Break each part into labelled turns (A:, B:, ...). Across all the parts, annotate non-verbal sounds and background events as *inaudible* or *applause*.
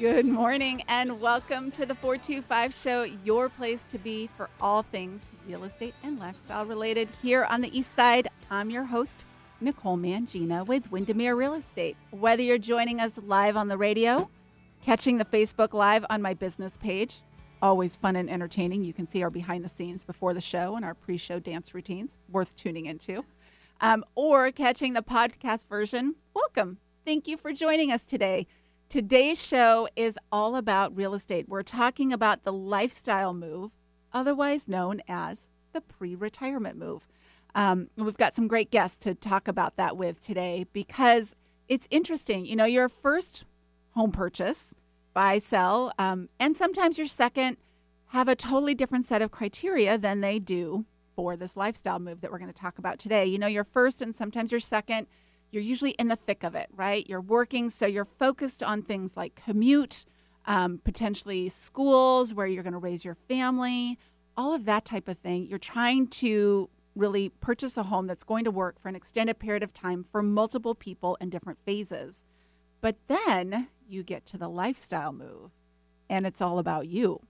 A: Good morning and welcome to the 425 Show, your place to be for all things real estate and lifestyle related here on the East Side. I'm your host, Nicole Mangina with Windermere Real Estate. Whether you're joining us live on the radio, catching the Facebook Live on my business page, always fun and entertaining. You can see our behind the scenes before the show and our pre show dance routines, worth tuning into, um, or catching the podcast version. Welcome. Thank you for joining us today. Today's show is all about real estate. We're talking about the lifestyle move, otherwise known as the pre retirement move. Um, and we've got some great guests to talk about that with today because it's interesting. You know, your first home purchase, buy, sell, um, and sometimes your second have a totally different set of criteria than they do for this lifestyle move that we're going to talk about today. You know, your first and sometimes your second you're usually in the thick of it, right? You're working, so you're focused on things like commute, um, potentially schools, where you're going to raise your family, all of that type of thing. You're trying to really purchase a home that's going to work for an extended period of time for multiple people in different phases. But then you get to the lifestyle move, and it's all about you.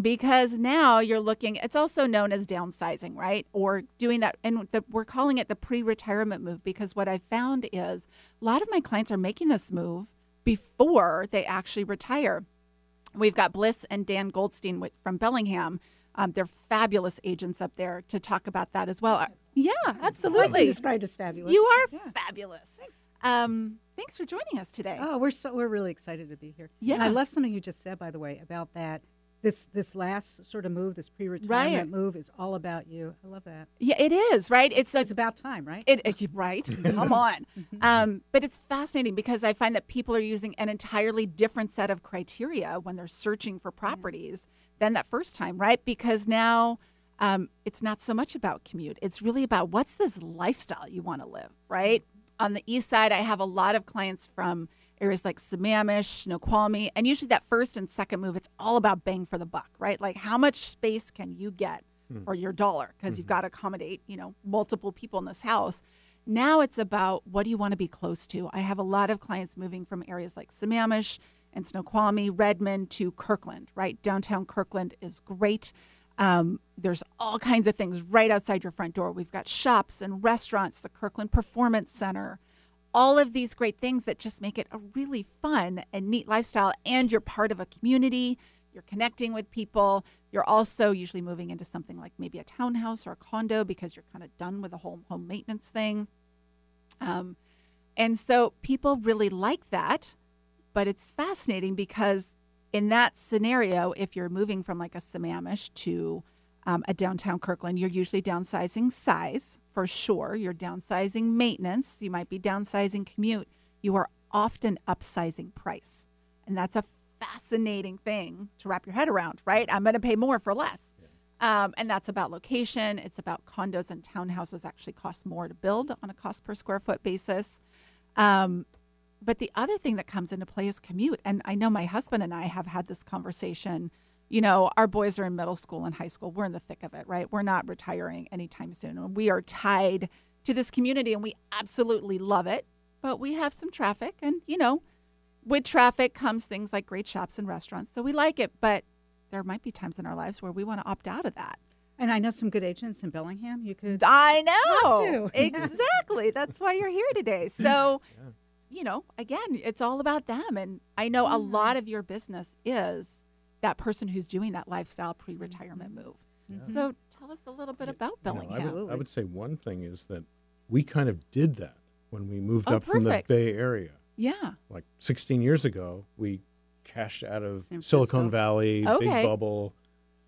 A: Because now you're looking, it's also known as downsizing, right? Or doing that, and the, we're calling it the pre retirement move because what I found is a lot of my clients are making this move before they actually retire. We've got Bliss and Dan Goldstein with, from Bellingham. Um, they're fabulous agents up there to talk about that as well. Yeah,
B: I've been
A: absolutely.
B: described as fabulous.
A: You are
B: Yeah.
A: fabulous.
B: Thanks.
A: Um, thanks for joining us today.
B: Oh, we're so we're really excited to be here. And
A: Yeah.
B: I love something you just said, by the way, about that. This this last sort of move, this pre-retirement
A: Right.
B: move, is all about you. I love that.
A: Yeah, it is, right? It's a
B: It's about time, right?
A: It, it- *laughs* right? Come on. Um, but it's fascinating because I find that people are using an entirely different set of criteria when they're searching for properties than that first time, right? Because now um, it's not so much about commute. It's really about what's this lifestyle you want to live, right? On the east side, I have a lot of clients from areas like Sammamish, Snoqualmie, and usually that first and second move, it's all about bang for the buck, right? Like how much space can you get for your dollar? Because you've got to accommodate, you know, multiple people in this house. Now it's about what do you want to be close to? I have a lot of clients moving from areas like Sammamish and Snoqualmie, Redmond to Kirkland, right? Downtown Kirkland is great. Um, there's all kinds of things right outside your front door. We've got shops and restaurants, the Kirkland Performance Center, all of these great things that just make it a really fun and neat lifestyle. And you're part of a community, you're connecting with people. You're also usually moving into something like maybe a townhouse or a condo because you're kind of done with the whole home maintenance thing. Um, and so people really like that, but it's fascinating because in that scenario, if you're moving from like a Sammamish to um, a downtown Kirkland, you're usually downsizing size for sure. You're downsizing maintenance. You might be downsizing commute. You are often upsizing price. And that's a fascinating thing to wrap your head around, right? I'm going to pay more for less. Um, and that's about location. It's about condos and townhouses actually cost more to build on a cost per square foot basis. Um, but the other thing that comes into play is commute. And I know my husband and I have had this conversation. You know, our boys are in middle school and high school. We're in the thick of it, right? We're not retiring anytime soon. And We are tied to this community and we absolutely love it, but we have some traffic. And, you know, with traffic comes things like great shops and restaurants. So we like it, but there might be times in our lives where we want to opt out of that.
B: And I know some good agents in Bellingham. You could.
A: I know.
B: Talk to. *laughs*
A: Exactly. That's why you're here today. So, you know, again, it's all about them. And I know a lot of your business is that person who's doing that lifestyle pre retirement
B: Mm-hmm.
A: move. So tell us a little bit about
C: You know,
A: Bellingham.
C: I, would, I
B: Absolutely.
C: would say one thing is that we kind of did that when we moved
A: Oh,
C: up from the
A: perfect.
C: Bay Area.
A: yeah.
C: Like 16 years ago, we cashed out of
B: San Francisco.
C: Silicon Valley,
A: Okay.
C: big bubble,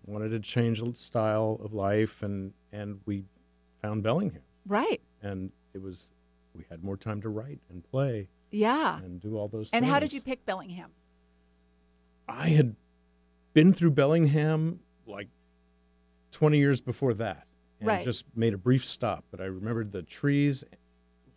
C: wanted to change the style of life, and, and we found Bellingham.
A: Right.
C: And it was, we had more time to write and play
A: Yeah.
C: and do all those
A: Ah. And
C: things.
A: how did you pick Bellingham?
C: I had been through Bellingham like 20 years before that. And
A: Right.
C: just made a brief stop, but I remembered the trees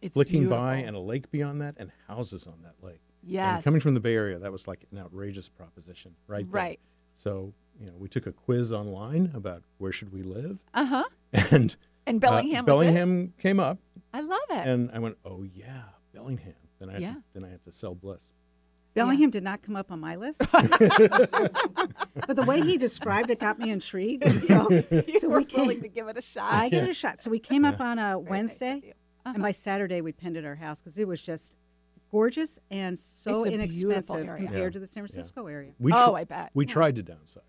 A: It's
C: flicking by
A: beautiful.
C: and a lake beyond that and houses on that lake.
A: yes.
C: And coming from the Bay Area, that was like an outrageous proposition, right? there.
A: Right.
C: So, you know, we took a quiz online about where should we live *laughs*
A: Uh huh.
C: and
A: And
C: uh,
A: Bellingham. was it?
C: Bellingham came up
A: I love it.
C: and I went, "Oh yeah, Bellingham." Then I had
A: Yeah.
C: to, then I had to sell Bliss.
B: Bellingham did not come up on
A: *laughs*
B: my list, but the way he described it got me intrigued.
A: *laughs*
B: So,
A: you
B: so
A: were
B: we
A: willing
B: came,
A: to give it a shot.
B: I gave it a shot. So we came up on a
A: Very nice of
B: Wednesday,
A: you. Uh-huh.
B: and by Saturday we pinned at our house because it was just gorgeous and so
A: It's a beautiful
B: inexpensive
A: area.
B: compared
C: Yeah.
B: to the San Francisco area.
C: We
A: Oh, I bet.
C: We tried to downsize.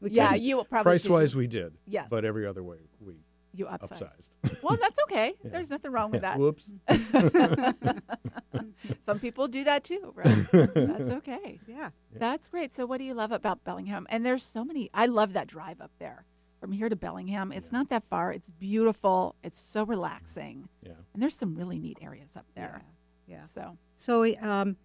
B: We
A: yeah,
B: couldn't.
A: you will probably
C: Price wise, we did.
A: Yes.
C: But every other way, we
A: you upsized.
C: upsized.
A: Well, that's okay. There's nothing wrong with *laughs* that. *laughs*
C: Whoops. *laughs*
A: Some people do that too, right? that's okay.
B: yeah.
A: That's great. So, what do you love about Bellingham? And there's so many. I love that drive up there from here to Bellingham. It's not that far. It's beautiful. It's so relaxing.
C: Yeah.
A: And there's some really neat areas up there.
B: Yeah.
A: So,
B: So, um,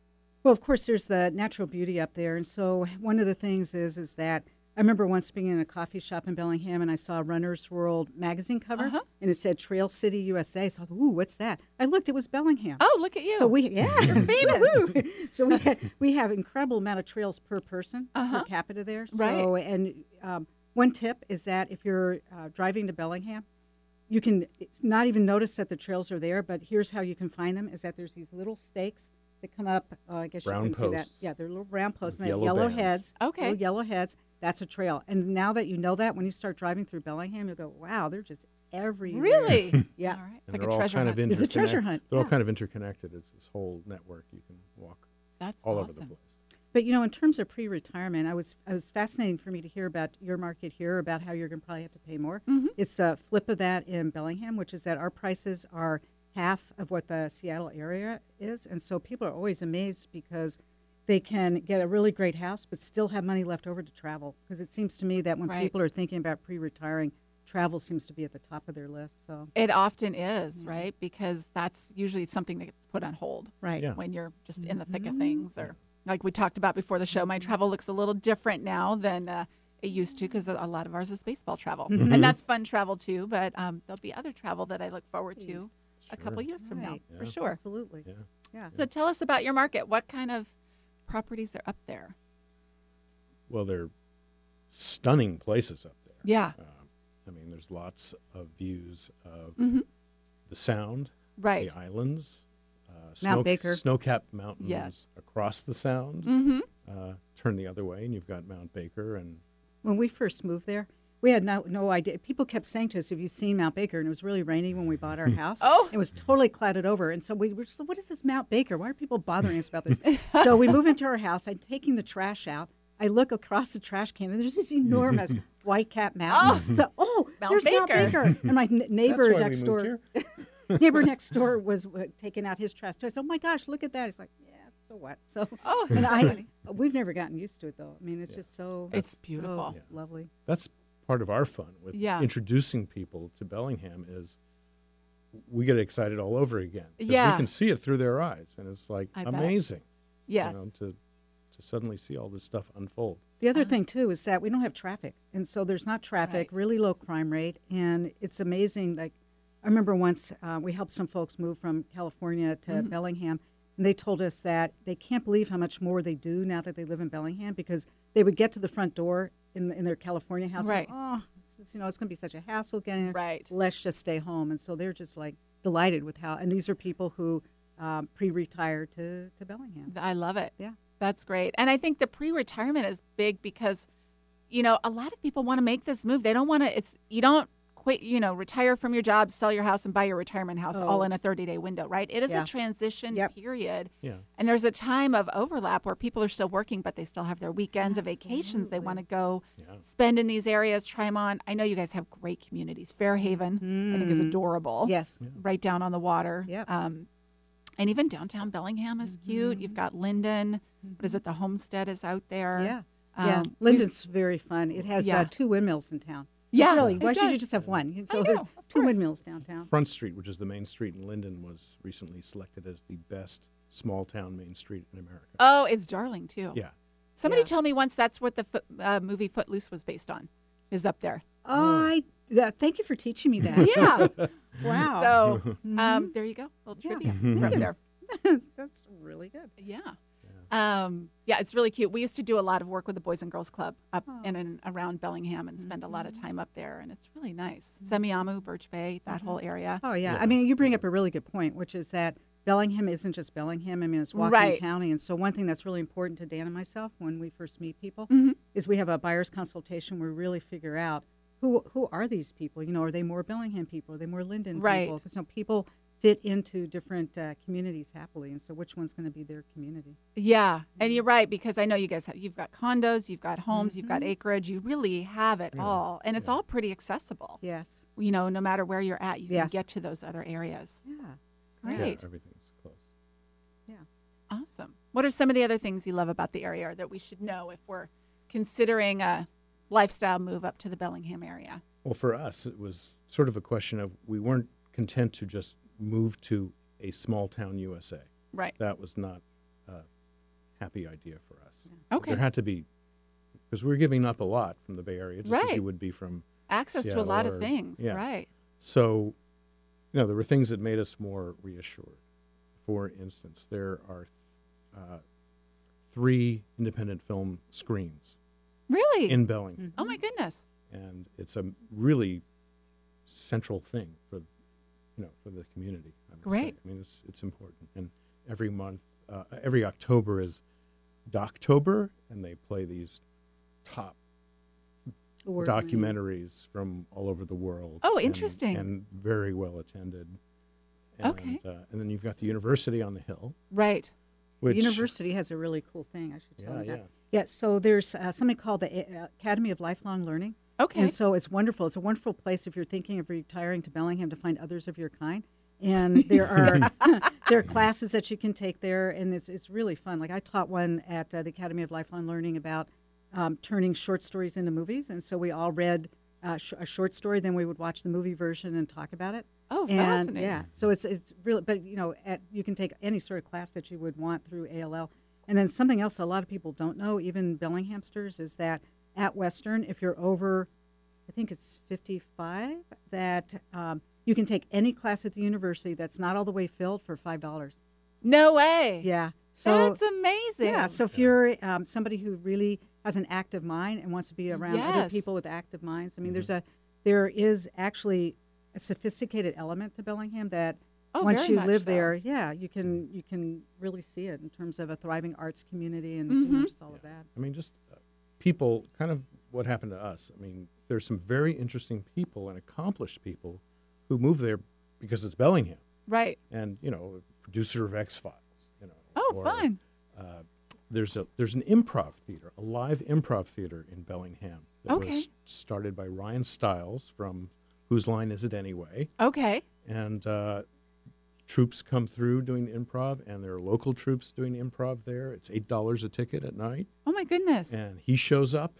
B: well, of course, there's the natural beauty up there, and so one of the things is is that I remember once being in a coffee shop in Bellingham, and I saw a Runner's World magazine cover,
A: Uh-huh.
B: and it said Trail City, USA. So I thought, ooh, what's that? I looked, it was Bellingham.
A: oh, look at you.
B: So
A: *laughs*
B: we, yeah, *laughs*
A: famous.
B: Woo-hoo. *laughs* so we ha we have incredible amount of trails per person
A: Uh-huh.
B: per capita there. So,
A: Right.
B: And um, one tip is that if you're uh, driving to Bellingham, you can it's not even notice that the trails are there. But here's how you can find them: is that there's these little stakes that come up. Uh, I guess
C: Round
B: you can see
C: posts.
B: that. Yeah, they're little round posts and they have
C: Yellow
B: yellow
C: bands.
B: heads.
A: Okay.
B: Little yellow heads. That's a trail. And now that you know that, when you start driving through Bellingham, you'll go, "Wow, they're just everywhere."
A: really?
B: *laughs* Yeah.
A: All right. It's
C: And
A: like
C: they're
A: a
C: all
A: treasure
C: kind
A: hunt.
C: Of
B: It's a treasure
C: interconnect-
B: hunt,
C: They're all
B: yeah.
C: kind of interconnected. It's this whole network. You can walk
A: That's
C: all
A: awesome.
C: over the place.
B: But you know, in terms of pre-retirement, I was I was fascinating for me to hear about your market here about how you're going to probably have to pay more.
A: Mm-hmm.
B: It's a flip of that in Bellingham, which is that our prices are half of what the Seattle area is, and so people are always amazed because they can get a really great house but still have money left over to travel. Because it seems to me that when
A: Right.
B: people are thinking about pre-retiring, travel seems to be at the top of their list. So
A: It often is, right? Because that's usually something that gets put on hold
B: right,
C: Yeah.
A: when you're just in the thick of things. Or, like we talked about before the show, my travel looks a little different now than uh, it used to because a lot of ours is baseball travel. And that's fun travel too, but um, there'll be other travel that I look forward to a couple years from now,
B: Right.
A: for
C: Yeah.
A: sure.
B: absolutely,
C: Yeah.
B: yeah.
A: So tell us about your market. What kind of properties are up there?
C: Well, they're stunning places up there.
A: Yeah,
C: Um, I mean, there's lots of views of
B: Mm-hmm.
A: Mhm.
C: the sound,
A: right.
C: the islands, uh,
B: Mount Baker.
C: snow-capped mountains
A: Yes.
C: across the sound.
A: Mm-hmm.
C: Uh, turn the other way, and you've got Mount Baker and
B: When we first moved there, we had no, no idea. People kept saying to us, Have you seen Mount Baker? And it was really rainy when we bought our house.
A: Oh.
B: It was totally clouded over. And so we were just like, What is this Mount Baker? Why are people bothering us
A: *laughs*
B: about this? so we move into our house. I'm taking the trash out. I look across the trash can, and there's this
A: *laughs*
B: enormous white cap mountain. So, oh,
A: Mount
B: there's Mount
A: Baker.
B: Baker. And my n- neighbor
C: That's why
B: next
C: we
B: door
C: moved here.
B: *laughs*
C: *laughs*
B: neighbor next door was uh, taking out his trash. So I said, "Oh my gosh, look at that!" He's like, "Yeah, so what?" So,
A: Oh,
B: and
A: that's *laughs*
B: I,
A: funny.
B: we've never gotten used to it though. I mean, it's just so
A: It's
B: so
A: beautiful. Yeah.
B: lovely.
C: that's part of our fun with
A: Yeah.
C: introducing people to Bellingham is we get excited all over again. 'cause
A: Yeah.
C: We can see it through their eyes and it's like
A: I bet.
C: amazing.
A: Yes.
C: You know, to to suddenly see all this stuff unfold.
B: The other thing too is that we don't have traffic, and so there's not traffic.
A: Uh-huh. Right.
B: Really low crime rate, and it's amazing. Like I remember once uh, we helped some folks move from California to
A: Mm-hmm.
B: Bellingham, and they told us that they can't believe how much more they do now that they live in Bellingham because they would get to the front door in in their California house. and,
A: Right.
B: oh, this is, you know it's going to be such a hassle getting here.
A: Right.
B: Let's just stay home, and so they're just like delighted with how. And these are people who um, pre-retire to to Bellingham.
A: I love it.
B: Yeah.
A: That's great. And I think the pre-retirement is big because you know, a lot of people want to make this move. They don't want to it's you don't quit, you know, retire from your job, sell your house and buy your retirement house all
B: Oh.
A: in a 30-day window, right? It is
B: Yeah.
A: a transition
B: Yep.
A: period.
C: Yeah.
A: And there's a time of overlap where people are still working but they still have their weekends and vacations they want to go
C: Yeah.
A: spend in these areas, try them on. I know you guys have great communities. Fairhaven, I think is
B: Mm.
A: adorable
B: Yes.
A: right down on the water.
B: Yep. Mm-hmm.
A: Um, and even downtown Bellingham is cute. You've got Linden. What is it? The Homestead is out there.
B: Yeah. yeah,
A: Um, we used-
B: Linden's very fun. It has
A: Yeah.
B: uh, two windmills in town.
A: Yeah,
B: really.
A: it
B: Why should you
A: does.
B: just have one? And
A: I
B: So
A: know,
B: there's
A: of
B: two
A: course.
B: windmills downtown.
C: Front Street, which is the main street in Linden, was recently selected as the best small town main street in America.
A: Oh, it's darling too.
C: yeah.
A: Somebody
B: Yeah.
A: tell me once that's what the foot, uh, movie Footloose was based on. Is up
B: *laughs*
A: there.
B: I yeah, thank you for teaching me *laughs* that.
A: *laughs* Yeah.
B: Wow, *laughs* Mm-hmm.
A: so um, there you go. A little
B: Yeah.
A: trivia from there.
B: that's really good.
A: Yeah. Um, yeah, it's really cute. We used to do a lot of work with the Boys and Girls Club up
B: Oh.
A: in and around Bellingham and spend a lot
B: Mm-hmm.
A: of time up there, and it's
B: Mm-hmm.
A: really nice. Semiamu, Birch Bay, that whole area.
B: Oh yeah. I mean, you bring up a really good point, which is that Bellingham isn't just Bellingham. I mean, it's Whatcom
A: Right.
B: County. And so, one thing that's really important to Dan and myself when we first meet people
A: Mhm.
B: is we have a buyer's consultation where we really figure out who who are these people. You know, are they more Bellingham people? Are they more Linden
A: Right.
B: people? Because you know, people fit into different uh, communities happily, and so which one's going to be their community?
A: Yeah,
B: Mm-hmm.
A: and you're right because I know you guys have you've got condos, you've got homes, you've
B: Mm-hmm.
A: got acreage, you really have it all, and it's all pretty accessible.
B: Yes.
A: You know, no matter where you're at, you
B: Yes.
A: can get to those other areas.
B: Yeah.
A: Great,
C: Yeah, everything's close.
B: Yeah.
A: awesome. What are some of the other things you love about the area or that we should know if we're considering a lifestyle move up to the Bellingham area?
C: Well, for us, it was sort of a question of we weren't content to just move to a small town USA.
A: Right.
C: That was not a happy idea for us.
A: Okay.
C: There had to be, because we're giving up a lot from the Bay Area, just as
A: Right.
C: you would be from.
A: Access to a
C: Seattle
A: lot
C: or-
A: of things.
C: yeah.
A: Right.
C: So, you know, there were things that made us more reassured. For instance, there are uh, three independent film screens
A: Really?
C: in
B: Mm-hmm.
C: Bellingham.
A: oh my goodness.
C: and it's a really central thing for you know for the community. I would say.
A: Great.
C: I mean, it's it's important, and every month, uh, every October is Doctober, and they play these top
B: Or
C: documentaries from all over the world.
A: Oh,
C: and-
A: interesting.
C: And, very well attended. And,
A: Okay.
C: Uh, and then you've got the university on the hill,
A: Right.
C: which
B: the university has a really cool thing. I should tell
C: Yeah,
B: you that.
C: yeah.
B: Yeah. So there's uh, something called the A- Academy of Lifelong Learning.
A: Okay.
B: And so it's wonderful. It's a wonderful place if you're thinking of retiring to Bellingham to find others of your kind. And there are *laughs* there are classes that you can take there, and it's it's really fun. Like I taught one at uh, the Academy of Lifelong Learning about um, turning short stories into movies, and so we all read uh, sh- a short story, then we would watch the movie version and talk about it.
A: *laughs* Oh,
B: And,
A: fascinating.
B: Yeah, so it's it's really, but you know, at, you can take any sort of class that you would want through ALL. And then something else a lot of people don't know, even Bellinghamsters, is that at Western, if you're over, I think it's 55, that um, you can take any class at the university that's not all the way filled for five dollars.
A: No way.
B: Yeah, so
A: That's amazing.
B: yeah, so if you're um, somebody who really has an active mind and wants to be around other
A: Yes.
B: people with active minds, I mean, there's a there is actually a sophisticated element to Bellingham that
A: Oh,
B: once
A: very
B: you
A: much
B: live
A: so.
B: there, yeah, you can you can really see it in terms of a thriving arts community and you know,
A: Mm-hmm.
B: just all of that.
C: I mean, just uh, people, kind of what happened to us. I mean, there's some very interesting people and accomplished people who move there because it's Bellingham,
A: right.
C: and you know, producer of X Files. You know,
A: Oh,
C: or,
A: fun.
C: Uh, there's a there's an improv theater, a live improv theater in Bellingham that
A: Okay.
C: was started by Ryan Stiles from Whose Line Is It Anyway,
A: Okay.
C: and uh, troops come through doing improv, and there are local troops doing improv there. It's eight dollars a ticket at night,
A: Oh my goodness.
C: and he shows up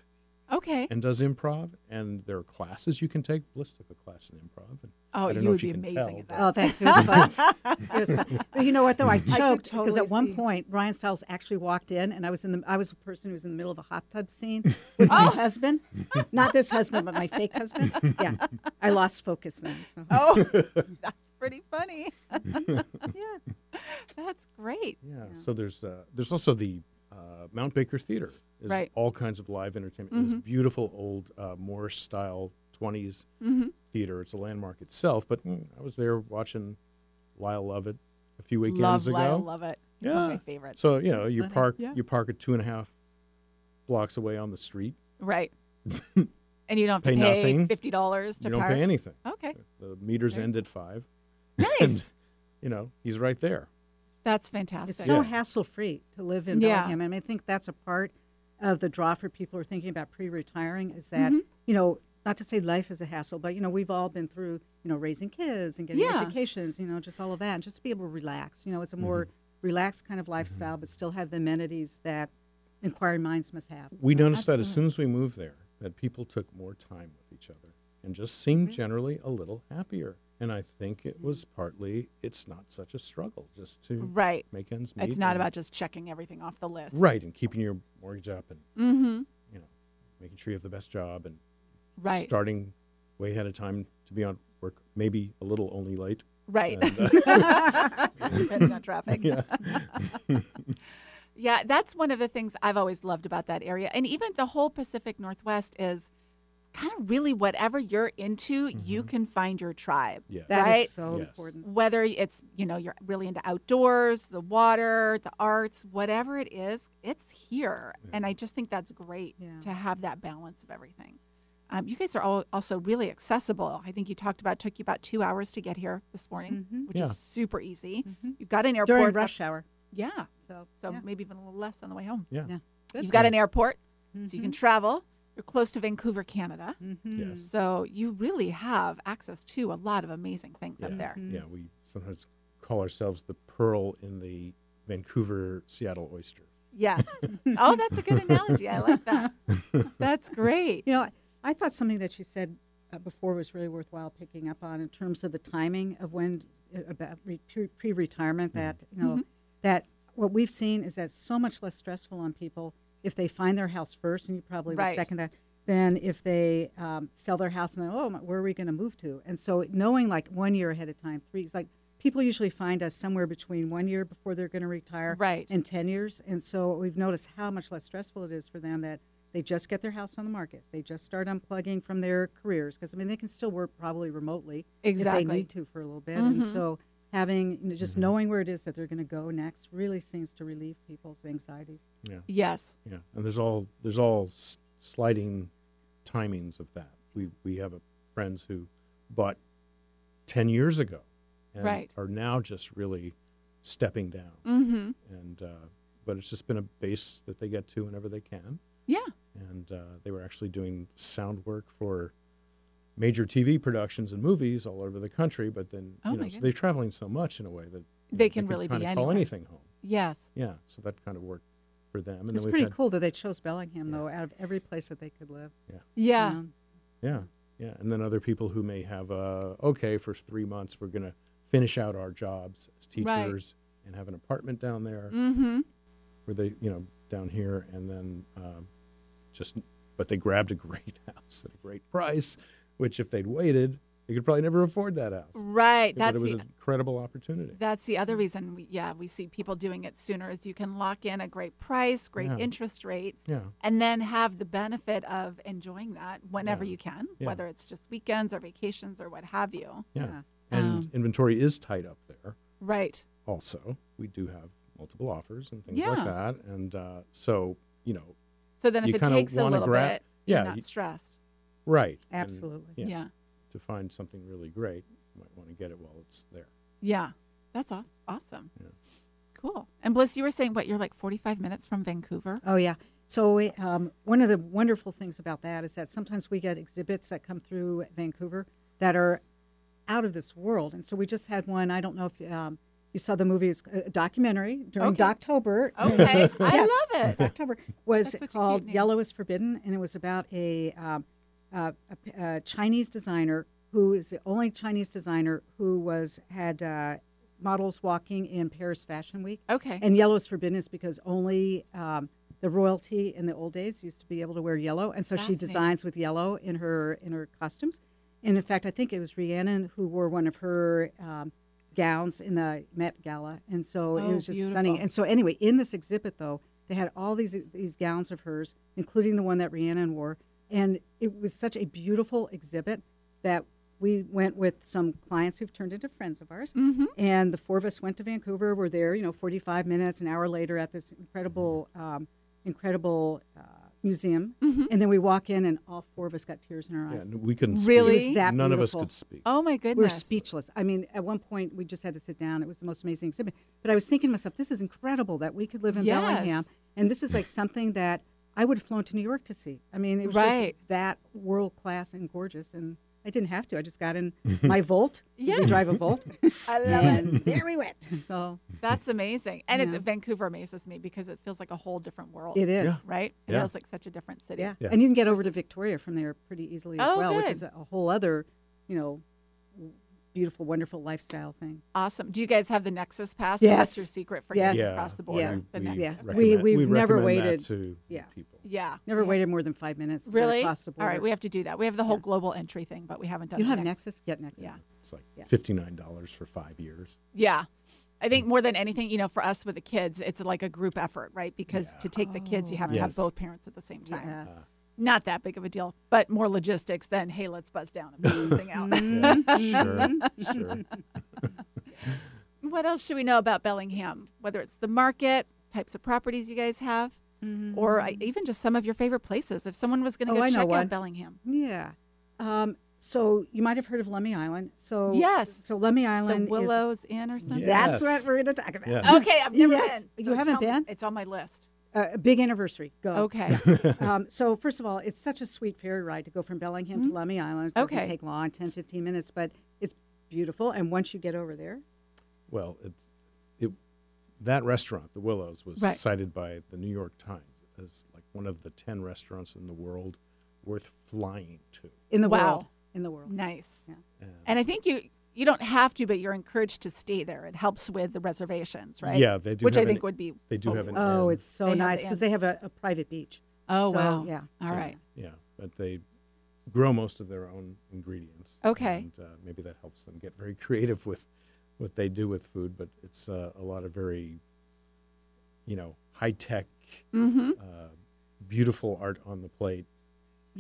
A: Okay.
C: and does improv, and there are classes you can take. Bliss took a class in improv. And
A: Oh,
C: I
A: you
C: don't know
A: would
C: if you
A: be
C: can
A: amazing
C: tell,
A: at
C: but-
A: that.
B: Oh, thanks. It was
C: *laughs*
B: fun. *laughs* it was fun. But you know what, though? I choked because
A: totally
B: at one
A: see.
B: point Ryan Stiles actually walked in, and I was in the I was the person who was in the middle of a hot
A: *laughs*
B: tub scene with my
A: Oh.
B: husband, not this husband, but my fake
A: *laughs*
B: husband. Yeah, I lost focus then. So.
A: *laughs* Oh, that's pretty funny.
C: *laughs*
B: Yeah.
A: That's great.
C: Yeah. So there's uh, there's also the uh, Mount Baker Theater. Is
A: Right. Mm-hmm.
C: All kinds of live entertainment. This beautiful old uh, Moorish style 20s
A: Mm-hmm.
C: theater. It's a landmark itself. But mm, I was there watching Lyle Lovett a few weekends
A: love,
C: ago.
A: Lyle, love it. It's
C: yeah.
A: one of my favorites.
C: So you know you
B: funny.
C: park
A: Yeah.
C: you park at two and a half blocks away on the street. *laughs*
A: right. and you don't have to
C: Pay
A: pay
C: nothing.
A: fifty dollars to
C: you don't
A: park.
C: pay anything.
A: okay.
C: *laughs* The meters end at five.
A: Nice.
C: You know he's right there.
A: That's
B: It's
A: fantastic.
B: so
C: Yeah.
B: hassle free to live in
A: Yeah.
B: Bellingham. And I think that's a part of the draw for people who are thinking about pre retiring is that,
A: Mm-hmm.
B: you know, not to say life is a hassle, but, you know, we've all been through, you know, raising kids and getting
A: Yeah.
B: educations, you know, just all of that. And just to be able to relax, you know, it's a more
C: Mm-hmm.
B: relaxed kind of lifestyle, but still have the amenities that inquiring minds must have.
C: We noticed that as soon as we moved there, that people took more time with each other and just seemed
A: Mm-hmm.
C: generally a little happier. And I think it was partly it's not such a struggle just to
A: Right.
C: make ends meet.
A: Mm-hmm. It's not
C: and-
A: about just checking everything off the list.
C: right and keeping your mortgage up and
A: Mm-hmm.
C: you know making sure you have the best job and
A: Right.
C: starting way ahead of time to be on work maybe a little only late.
A: Right.
C: And, uh,
A: *laughs* Depending on traffic.
C: yeah.
A: Yeah, that's one of the things I've always loved about that area. And even the whole Pacific Northwest is kind of really whatever you're into,
C: Mm-hmm.
A: you can find your tribe.
C: Yes.
B: That is
A: right?
B: so
C: Yes.
B: important.
A: whether it's you know you're really into outdoors the water the arts whatever it is it's here and i just think that's great
B: Yeah.
A: to have that balance of everything um, you guys are all also really accessible i think you talked about it took you about two hours to get here this morning which
C: Yeah.
A: is super easy you've got an airport
B: Mm-hmm. During
A: up-
B: rush hour.
A: yeah
B: So,
A: so
B: yeah.
A: maybe even a little less on the way home
C: Yeah.
B: Yeah. Good.
A: you've got an airport so
B: Mm-hmm.
A: you can travel you're close to vancouver canada
C: Yes.
A: so you really have access to a lot of amazing things
C: yeah.
A: up there
B: Mm-hmm.
C: Yeah. We sometimes call ourselves the pearl in the Vancouver Seattle oyster.
B: *laughs*
A: Yes. oh, that's a good analogy. I like
C: *laughs*
A: that. That's great.
B: You know, I, I thought something that you said uh, before was really worthwhile picking up on in terms of the timing of when uh, about re- pre- pre-retirement. That you know that what we've seen is that it's so much less stressful on people if they find their house first, and you probably
A: Right.
B: would second that. Than if they um, sell their house and then oh my- where are we going to move to? And so knowing like one year ahead of time, three, it's like people usually find us somewhere between one year before they're going to retire,
A: Right.
B: in 10 years. And so we've noticed how much less stressful it is for them that they just get their house on the market. They just start unplugging from their careers because, I mean, they can still work probably remotely if
A: Exactly. Mm-hmm.
B: they need to for a little bit. And so having you know, just
C: Mm-hmm.
B: knowing where it is that they're going to go next really seems to relieve people's anxieties.
A: Yes.
C: Yeah, and there's all there's all s- sliding timings of that. We we have a, friends who bought ten years ago, and
A: Right.
C: are now just really stepping down.
A: Mm-hmm.
C: And uh, but it's just been a base that they get to whenever they can.
A: Yeah.
C: And uh, they were actually doing sound work for major TV productions and movies all over the country. But then
A: Oh
C: you
A: my
C: know so
A: goodness.
C: they're traveling so much in a way that you know,
A: They can really be
C: kinda call
A: anywhere.
C: anything home.
A: Yes.
C: Yeah, so that kind of worked for them. And
B: It's
C: then we've
B: pretty
C: had,
B: cool that they chose Bellingham, though, out of every place that they could live.
A: Yeah.
B: Um,
C: Yeah, yeah, and then other people who may have uh, okay for three months we're gonna finish out our jobs as
A: Right.
C: teachers and have an apartment down there
A: Mm-hmm.
C: where they you know down here and then um, just but they grabbed a great *laughs* house at a great price, which if they'd waited they could probably never afford that house.
A: Right.
C: but
A: That's
C: it was
A: the
C: an incredible opportunity.
A: that's the other reason. We, yeah, we see people doing it sooner is you can lock in a great price, great
C: Yeah.
A: interest rate,
C: yeah,
A: and then have the benefit of enjoying that whenever
C: Yeah.
A: you can,
C: Yeah.
A: whether it's just weekends or vacations or what have you.
C: yeah,
B: Yeah.
C: and
A: Um,
C: inventory is tight up there.
A: Right.
C: Also, we do have multiple offers and things
A: Yeah.
C: like that, and uh, so you know,
A: So then, if
C: You
A: it
C: kinda
A: takes a
C: wanna
A: little
C: grab-
A: bit, you're
C: yeah,
A: not
C: you-
A: stressed.
C: right? and-
B: Absolutely.
C: yeah.
A: yeah.
C: to find something really great, you might want to get it while it's there.
A: Yeah, that's aw- awesome.
C: Yeah.
A: Cool. And Bliss, you were saying what you're like 45 minutes from Vancouver.
B: *laughs* Oh yeah. So we, um, one of the wonderful things about that is that sometimes we get exhibits that come through Vancouver that are out of this world, and so we just had one. I don't know if um, you saw the movie, it's a documentary during
A: Okay.
B: Doctober.
A: *laughs* Okay,
B: Yes.
A: I love it.
B: October was
A: That's such a
B: called
A: cute name.
B: Yellow is Forbidden, and it was about a, um, uh, a p- a Chinese designer who is the only Chinese designer who was had uh, models walking in Paris Fashion Week.
A: Okay.
B: And yellow is forbidden is because only um, the royalty in the old days used to be able to wear yellow, and so she
A: Fascinating.
B: designs with yellow in her in her costumes. And in fact, I think it was Rhiannon who wore one of her um, gowns in the Met Gala, and so it
A: Oh,
B: was just stunning.
A: beautiful.
B: And so anyway, in this exhibit though, they had all these these gowns of hers, including the one that Rhiannon wore, and it was such a beautiful exhibit that we went with some clients who've turned into friends of ours
A: Mm-hmm.
B: and the four of us went to vancouver we're there you know 45 minutes an hour later at this incredible um, incredible uh, museum
A: Mm-hmm.
B: and then we walk in and all four of us got tears in our
C: Yeah,
B: eyes
C: n- we couldn't
A: Really? It
B: was
C: Speak.
B: that
C: None
B: beautiful.
C: of us could speak.
A: Oh my goodness.
B: we were speechless i mean at one point we just had to sit down it was the most amazing exhibit but i was thinking to myself this is incredible that we could live in
A: Yes.
B: bellingham and this is like something that i would have flown to new york to see i mean it was
A: Right.
B: just that world class and gorgeous and i didn't have to i just got in my volt 'cause
C: *laughs*
B: we drive a *laughs* volt
A: I love it.
B: there we went so
A: That's amazing. And
B: Yeah.
A: it's Vancouver amazes me because it feels like a whole different world.
B: *laughs* It is.
A: Right? It
C: Yeah.
A: feels like such a different city.
B: Yeah.
C: Yeah.
B: And you can get over to Victoria from there pretty easily as
A: Oh,
B: well, which
A: good.
B: is a a whole other, you know, w- beautiful, wonderful lifestyle thing.
A: Awesome. Do you guys have the Nexus Pass? Or what's
B: Yes.
A: your secret for
B: Yes.
A: guests
C: yeah.
A: across the border?
B: Yeah.
A: The
C: We,
A: Nexus-
C: we
B: Yeah.
C: recommend-
B: We- we've never
C: recommend that
B: waited.
C: to
B: Yeah.
C: people.
A: yeah.
B: Never
A: Yeah.
B: waited more than five minutes. to get
A: Really?
B: Across the border.
A: All right. We have to do that. We have the whole global entry thing, but we haven't done
B: you don't
A: the
B: have
A: Nexus.
B: Nexus? Get Nexus.
A: Yeah.
C: It's like
B: Yeah.
C: fifty-nine dollars for five years.
A: Yeah. I think more than anything, you know, for us with the kids, it's like a group effort, right? Because to take the kids, you have to have
C: Yes.
A: both parents at the same time.
B: Yes.
A: not that big of a deal, but more logistics than hey, let's buzz down and figure this thing
B: *laughs*
A: out.
C: Yeah,
B: Mm-hmm.
C: sure, sure.
A: What else should we know about Bellingham? Whether it's the market, types of properties you guys have,
B: Mm-hmm.
A: *laughs* or I, even just some of your favorite places. If someone was going to
B: Oh,
A: go
B: I know
A: check
B: one.
A: out Bellingham,
B: Yeah. Um, so you might have heard of Lemmy Island. So
A: Yes.
B: So Lemmy
A: the
B: Island is
A: Willows Inn or something.
C: Yeah.
B: that's
C: Yes.
B: what we're going to talk about.
C: Yeah.
A: Okay, I've never
B: Yes.
A: been.
B: You haven't
A: tell me.
B: been? Oh.
A: It's on my list.
B: Uh, a big anniversary. Go. *laughs*
A: Okay.
B: um, so first of all, it's such a sweet ferry ride to go from Bellingham to Lummi Island. It doesn't
A: Mm-hmm. Okay.
B: take long, 10, 15 minutes, but it's beautiful. And once you get over there,
C: *laughs* Well, it, it, that restaurant, the Willows, was
A: Right.
C: cited by the New York Times as like one of the ten restaurants in the world worth flying to.
B: in the
A: Wow. Mm-hmm.
B: world, in the world.
A: nice.
B: Yeah.
A: And I think you you don't have to, but you're encouraged to stay there. It helps with the reservations, right?
C: Yeah, they do
A: Which I
C: have an-
A: think would be.
C: They do have an
B: Oh,
C: inn.
B: it's so
A: They have
B: nice
A: the
B: because they have a, a private beach.
A: Oh
B: so,
A: wow.
B: yeah.
A: All right.
C: yeah, but they grow most of their own ingredients.
A: Okay.
C: and uh, maybe that helps them get very *laughs* creative with what they do with food. But it's uh, a lot of very, you know, high tech,
A: Mm-hmm.
C: uh, beautiful art on the plate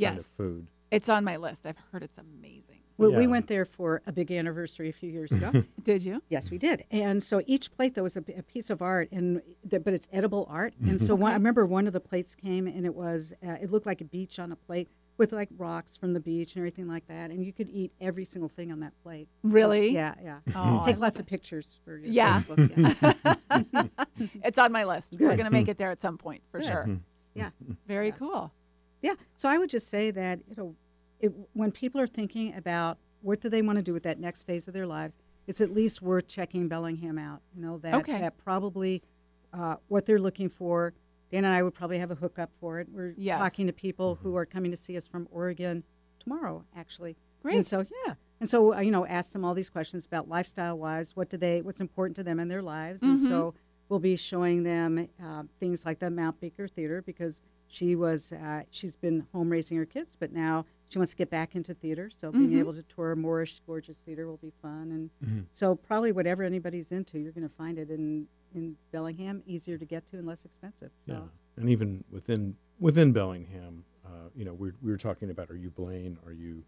C: kind of
A: Yes,
C: food.
A: it's on my list. I've heard it's amazing.
B: We,
C: Yeah.
B: we went there for a big anniversary a few years
A: *laughs*
B: ago.
A: Did you?
B: Yes, we did. And so each plate though was a, a piece of art, and the, but it's edible art. And so
A: Mm-hmm.
B: one, I remember one of the plates came, and it was uh, it looked like a beach on a plate with like rocks from the beach and everything like that. And you could eat every single thing on that plate.
A: Really?
B: Yeah, yeah.
A: Oh,
B: Take lots of pictures for your
A: Yeah.
B: Facebook.
A: *laughs*
B: Yeah.
A: it's on my list. We're going to make it there at some point for sure.
B: Mm-hmm. yeah,
A: Very cool.
B: yeah. So I would just say that you know, it, when people are thinking about what do they want to do with that next phase of their lives, it's at least worth checking Bellingham out. You know that
A: Okay.
B: that probably uh, what they're looking for. Dan and I would probably have a hookup for it. We're
A: Yes.
B: talking to people who are coming to see us from Oregon tomorrow, actually.
A: Great.
B: And so yeah, and so uh, you know, ask them all these questions about lifestyle wise. What do they? What's important to them in their lives? And so we'll be showing them uh, things like the Mount Baker Theater because she was uh, she's been home raising her kids, but now she wants to get back into theater. So being able to tour Moorish gorgeous theater will be fun. And so probably whatever anybody's into, you're going to find it in in Bellingham, easier to get to and less expensive. So.
C: Yeah, and even within within Bellingham, uh, you know, we we were talking about are you Blaine, are you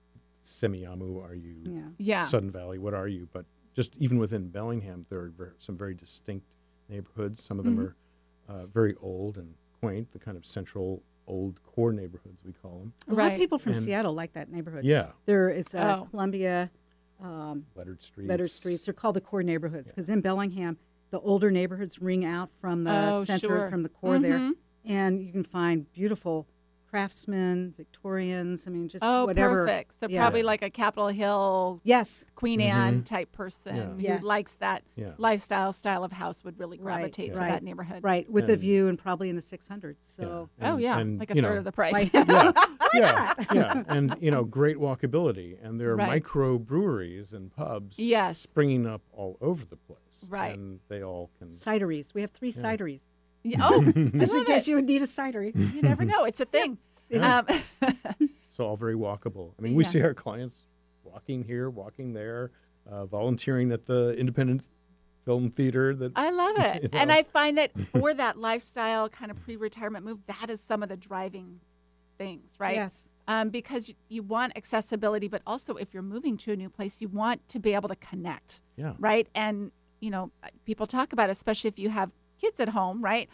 C: Semiamu, are you
B: Yeah.
A: Yeah.
C: Sudden Valley, what are you? But just even within Bellingham, there are ver- some very distinct neighborhoods. Some of them
A: Mm-hmm.
C: are uh, very old and quaint, the kind of central old core neighborhoods we call them.
B: A lot
A: Right.
B: of people from
C: And-
B: Seattle like that neighborhood.
C: Yeah,
B: There is uh,
A: Oh.
B: Columbia, um,
C: lettered streets.
B: better streets. They're called the core neighborhoods because in Bellingham, the older neighborhoods ring out from the
A: Oh,
B: center,
A: sure. Mm-hmm.
B: from the core there, and you can find beautiful craftsmen, Victorians. I mean, just
A: Oh,
B: whatever.
A: perfect. So
B: Yeah.
A: probably like a Capitol Hill,
B: Yes.
A: Queen Anne type person
C: Mm-hmm. Yeah.
A: who
B: Yes.
A: likes that
C: Yeah.
A: lifestyle style of house would really
B: Right,
A: gravitate to
B: right,
A: that neighborhood.
B: Right, with a
C: And-
B: view and probably in the 600s. So,
A: Oh yeah,
C: and,
A: like a
C: you
A: third
C: know,
A: of the price. *laughs*
B: like-
C: yeah, yeah, yeah, and you know, great walkability, and there are
A: Right.
C: micro breweries and pubs
A: Yes.
C: springing up all over the place,
A: Right.
C: And they all can.
B: *laughs* cideries. We have three
C: *laughs*
B: cideries.
A: Yeah, Oh, I
B: Just in
A: love
B: case
A: it.
B: you would need a cidery.
A: You never know. It's a thing. Um, *laughs*
C: It's all very walkable. I mean, we see our clients walking here, walking there, uh, volunteering at the independent film theater. That
A: I love it. And I find
C: *laughs*
A: that for that lifestyle kind of pre retirement move, that is some of the driving things, *laughs* right?
B: Yes.
A: Um, because you, you want accessibility, but also if you're moving to a new place, you want to be able to connect,
C: yeah,
A: right? And, you know, people talk about, it, especially if you have kids at home, right?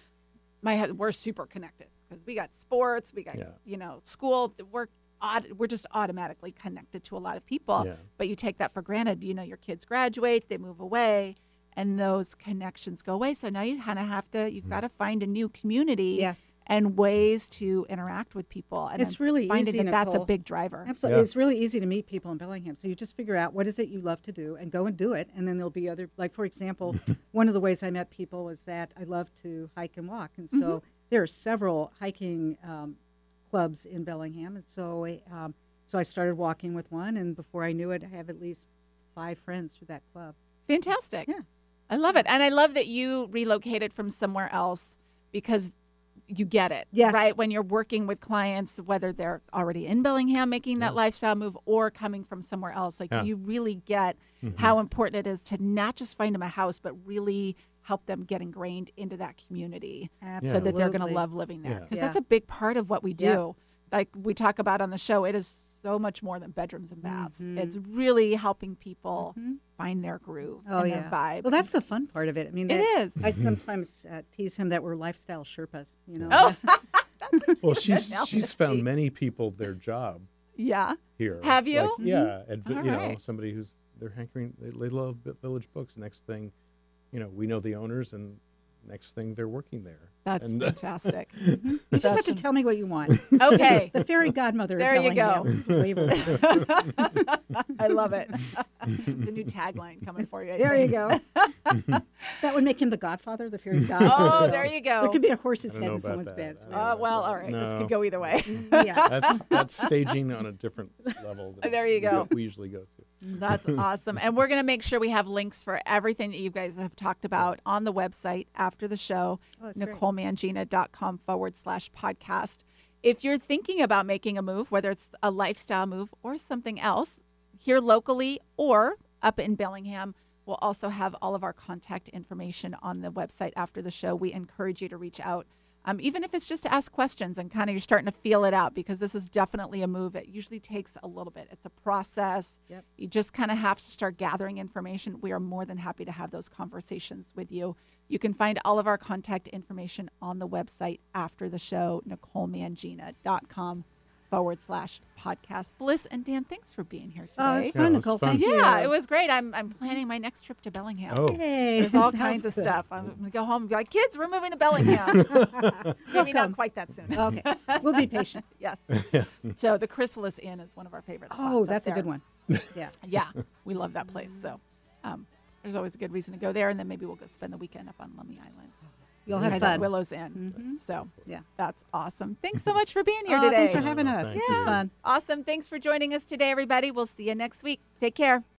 A: My hus- We're super connected because we got sports, we got,
C: Yeah.
A: you know, school, th- we're, aut- we're just automatically connected to a lot of people.
C: Yeah.
A: But you take that for granted. You know, your kids graduate, they move away, and those connections go away. So now you kind of have to,
C: Mm-hmm.
A: you've got to find a new community
B: Yes.
A: and ways to interact with people. And
B: It's
A: I'm
B: really
A: finding
B: easy,
A: that that's a
B: Nicole.
A: big driver.
B: Absolutely.
C: Yeah.
B: It's really easy to meet people in Bellingham. So you just figure out what is it you love to do and go and do it. And then there'll be other, like, for
A: *laughs*
B: example, one of the ways I met people was that I love to hike and walk. And so
A: Mm-hmm.
B: there are several hiking um, clubs in Bellingham. And so, I, um, so I started walking with one. And before I knew it, I have at least five friends through that club.
A: Fantastic.
B: Yeah.
A: I love it. And I love that you relocated from somewhere else because you get it.
B: Yes.
A: Right? When you're working with clients, whether they're already in Bellingham making that lifestyle move or coming from somewhere else, like
C: Yeah.
A: you really get how important it is to not just find them a house, but really help them get ingrained into that community
B: Absolutely.
A: so that they're going to love living there.
C: Yeah.
A: Because that's a big part of what we do.
B: Yeah.
A: like we talk about on the show, it is so much more than bedrooms and baths. It's really helping people find their groove
B: Oh,
A: and
B: yeah.
A: their vibe.
B: Well, that's the fun part of it. I mean,
A: It
B: that-
A: is. *laughs*
B: I sometimes uh, tease him that we're lifestyle Sherpas. You know.
A: Oh.
C: Well, she's she's
A: analogy.
C: found many people their job
A: yeah.
C: here.
A: Have you? Mm-hmm.
C: Like, Yeah, and vi-
A: All
C: you know
A: right.
C: somebody who's they're hankering. They, they love Vi- Village Books. Next thing, you know, we know the owners, and next thing they're
A: *laughs*
C: working there.
A: That's
C: And, *laughs*
A: fantastic. *laughs*
B: you just have to tell me what you want.
A: okay.
B: *laughs* The fairy godmother. of
A: There you
B: Bellingham
A: go.
B: is waiving.
A: *laughs* I love *laughs* it. the new tagline coming for you. I *laughs*
B: There you
A: think.
B: go. *laughs* that would make him the godfather,
A: *laughs*
B: the fairy godfather.
A: Oh, there you go.
B: There could be a horse's
C: I don't
B: head
C: know
B: in
C: about
B: someone's
C: that.
B: bed.
C: I don't
A: Uh, well, all right. This
C: No.
A: could go either way.
B: *laughs* yeah.
C: that's that's staging on a different level. than
A: There you
C: we
A: go.
C: We usually go to.
A: *laughs*
C: *laughs*
A: That's awesome. And we're going to make sure we have links for everything that you guys have talked about on the website after the show,
B: Oh, that's great.
A: nicolemangina.com forward slash podcast. If you're thinking about making a move, whether it's a lifestyle move or something else, here locally or up in Bellingham, we'll also have all of our contact information on the website after the show. We encourage you to reach out. Um, even if it's just to ask questions and kind of you're starting to feel it out because this is definitely a move. It usually takes a little bit. It's a process.
B: Yep.
A: You just kind of have to start gathering information. We are more than happy to have those conversations with you. You can find all of our contact information on the website after the show, NicoleMangina.com forward slash podcast. Bliss and Dan, thanks for being here today.
B: Oh, it's
C: Yeah,
B: fun,
C: it was
B: Nicole.
C: fun.
B: Thank you.
A: yeah, it was great. I'm, I'm planning my next trip to Bellingham.
C: Oh,
B: Hey,
A: There's all
B: this *laughs* sounds
A: kinds of
B: good.
A: stuff. I'm going to go home and be like, kids, we're moving to
B: *laughs*
A: Bellingham. Maybe not
B: Welcome.
A: quite that soon.
B: *laughs* Okay, we'll be
A: *laughs*
B: patient.
A: Yes. so the Chrysalis Inn is one of our favorite spots.
B: Oh,
A: up
B: that's a
A: there.
B: good
C: *laughs*
B: one. Yeah.
A: Yeah, we love that place. So um, there's always a good reason to go there, and then maybe we'll go spend the weekend up on Lummi Island.
B: You'll have
A: at
B: Oh, fun.
A: Willows Inn. So
B: Yeah.
A: that's awesome. Thanks
B: *laughs*
A: so much for being here
B: Oh,
A: today.
B: Thanks for having us.
C: Thank
B: This is
C: you.
B: fun.
A: awesome. Thanks for joining us today, everybody. We'll see you next week. Take care.